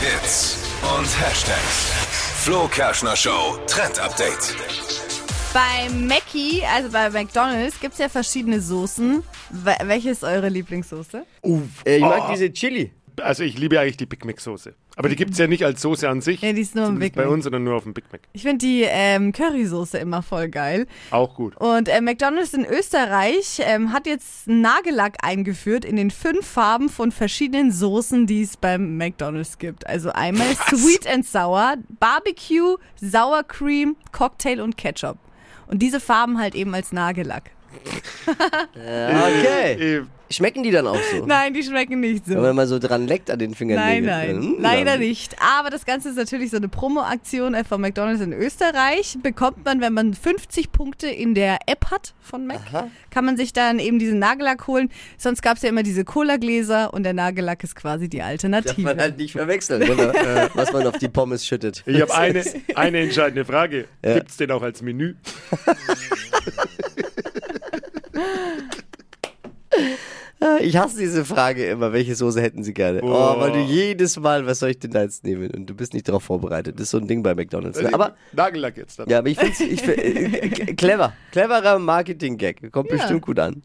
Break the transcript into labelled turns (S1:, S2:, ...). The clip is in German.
S1: Hits und Hashtags. Flo Kerschner Show Trend Update.
S2: Bei Mackie, also bei McDonalds, gibt es ja verschiedene Soßen. We- Welche ist eure Lieblingssoße?
S3: Äh, ich
S2: Oh.
S3: mag diese Chili.
S4: Also ich liebe eigentlich die Big Mac Soße. Aber die gibt es ja nicht als Soße an sich.
S2: Ja, die ist nur im
S4: Zumindest
S2: Big Mac.
S4: Bei uns, sondern nur auf dem Big Mac.
S2: Ich finde die ähm, Currysoße immer voll geil.
S4: Auch gut.
S2: Und äh, McDonalds in Österreich ähm, hat jetzt einen Nagellack eingeführt in den fünf Farben von verschiedenen Soßen, die es beim McDonalds gibt. Also einmal Sweet and Sour, Barbecue, Sour Cream, Cocktail und Ketchup. Und diese Farben halt eben als Nagellack.
S3: Ja, okay.
S4: Äh,
S3: Schmecken die dann auch so?
S2: Nein, die schmecken nicht so.
S3: Wenn man mal so dran leckt an den Fingern. hm,
S2: Nein, nein, leider nicht. Aber das Ganze ist natürlich so eine Promo-Aktion äh, von McDonalds in Österreich. Bekommt man, wenn man 50 Punkte in der App hat von Mac, kann man sich dann eben diesen Nagellack holen. Sonst gab es ja immer diese Cola-Gläser und der Nagellack ist quasi die
S3: Darf
S2: Alternative.
S3: man halt nicht verwechseln, oder? Äh, was man auf die Pommes schüttet.
S4: ich habe eine, eine entscheidende Frage. Gibt es den auch als Menü?
S3: Ich hasse diese Frage immer, welche Soße hätten sie gerne? Oh,
S4: Boah.
S3: weil du jedes Mal, was soll ich denn da jetzt nehmen? Und du bist nicht darauf vorbereitet. Das ist so ein Ding bei McDonalds. Ne? Aber,
S4: Nagellack jetzt dann.
S3: ja, aber ich finde es ich, find- äh, clever. äh, Cleverer Marketing-Gag. Kommt
S2: Ja.
S3: bestimmt gut an.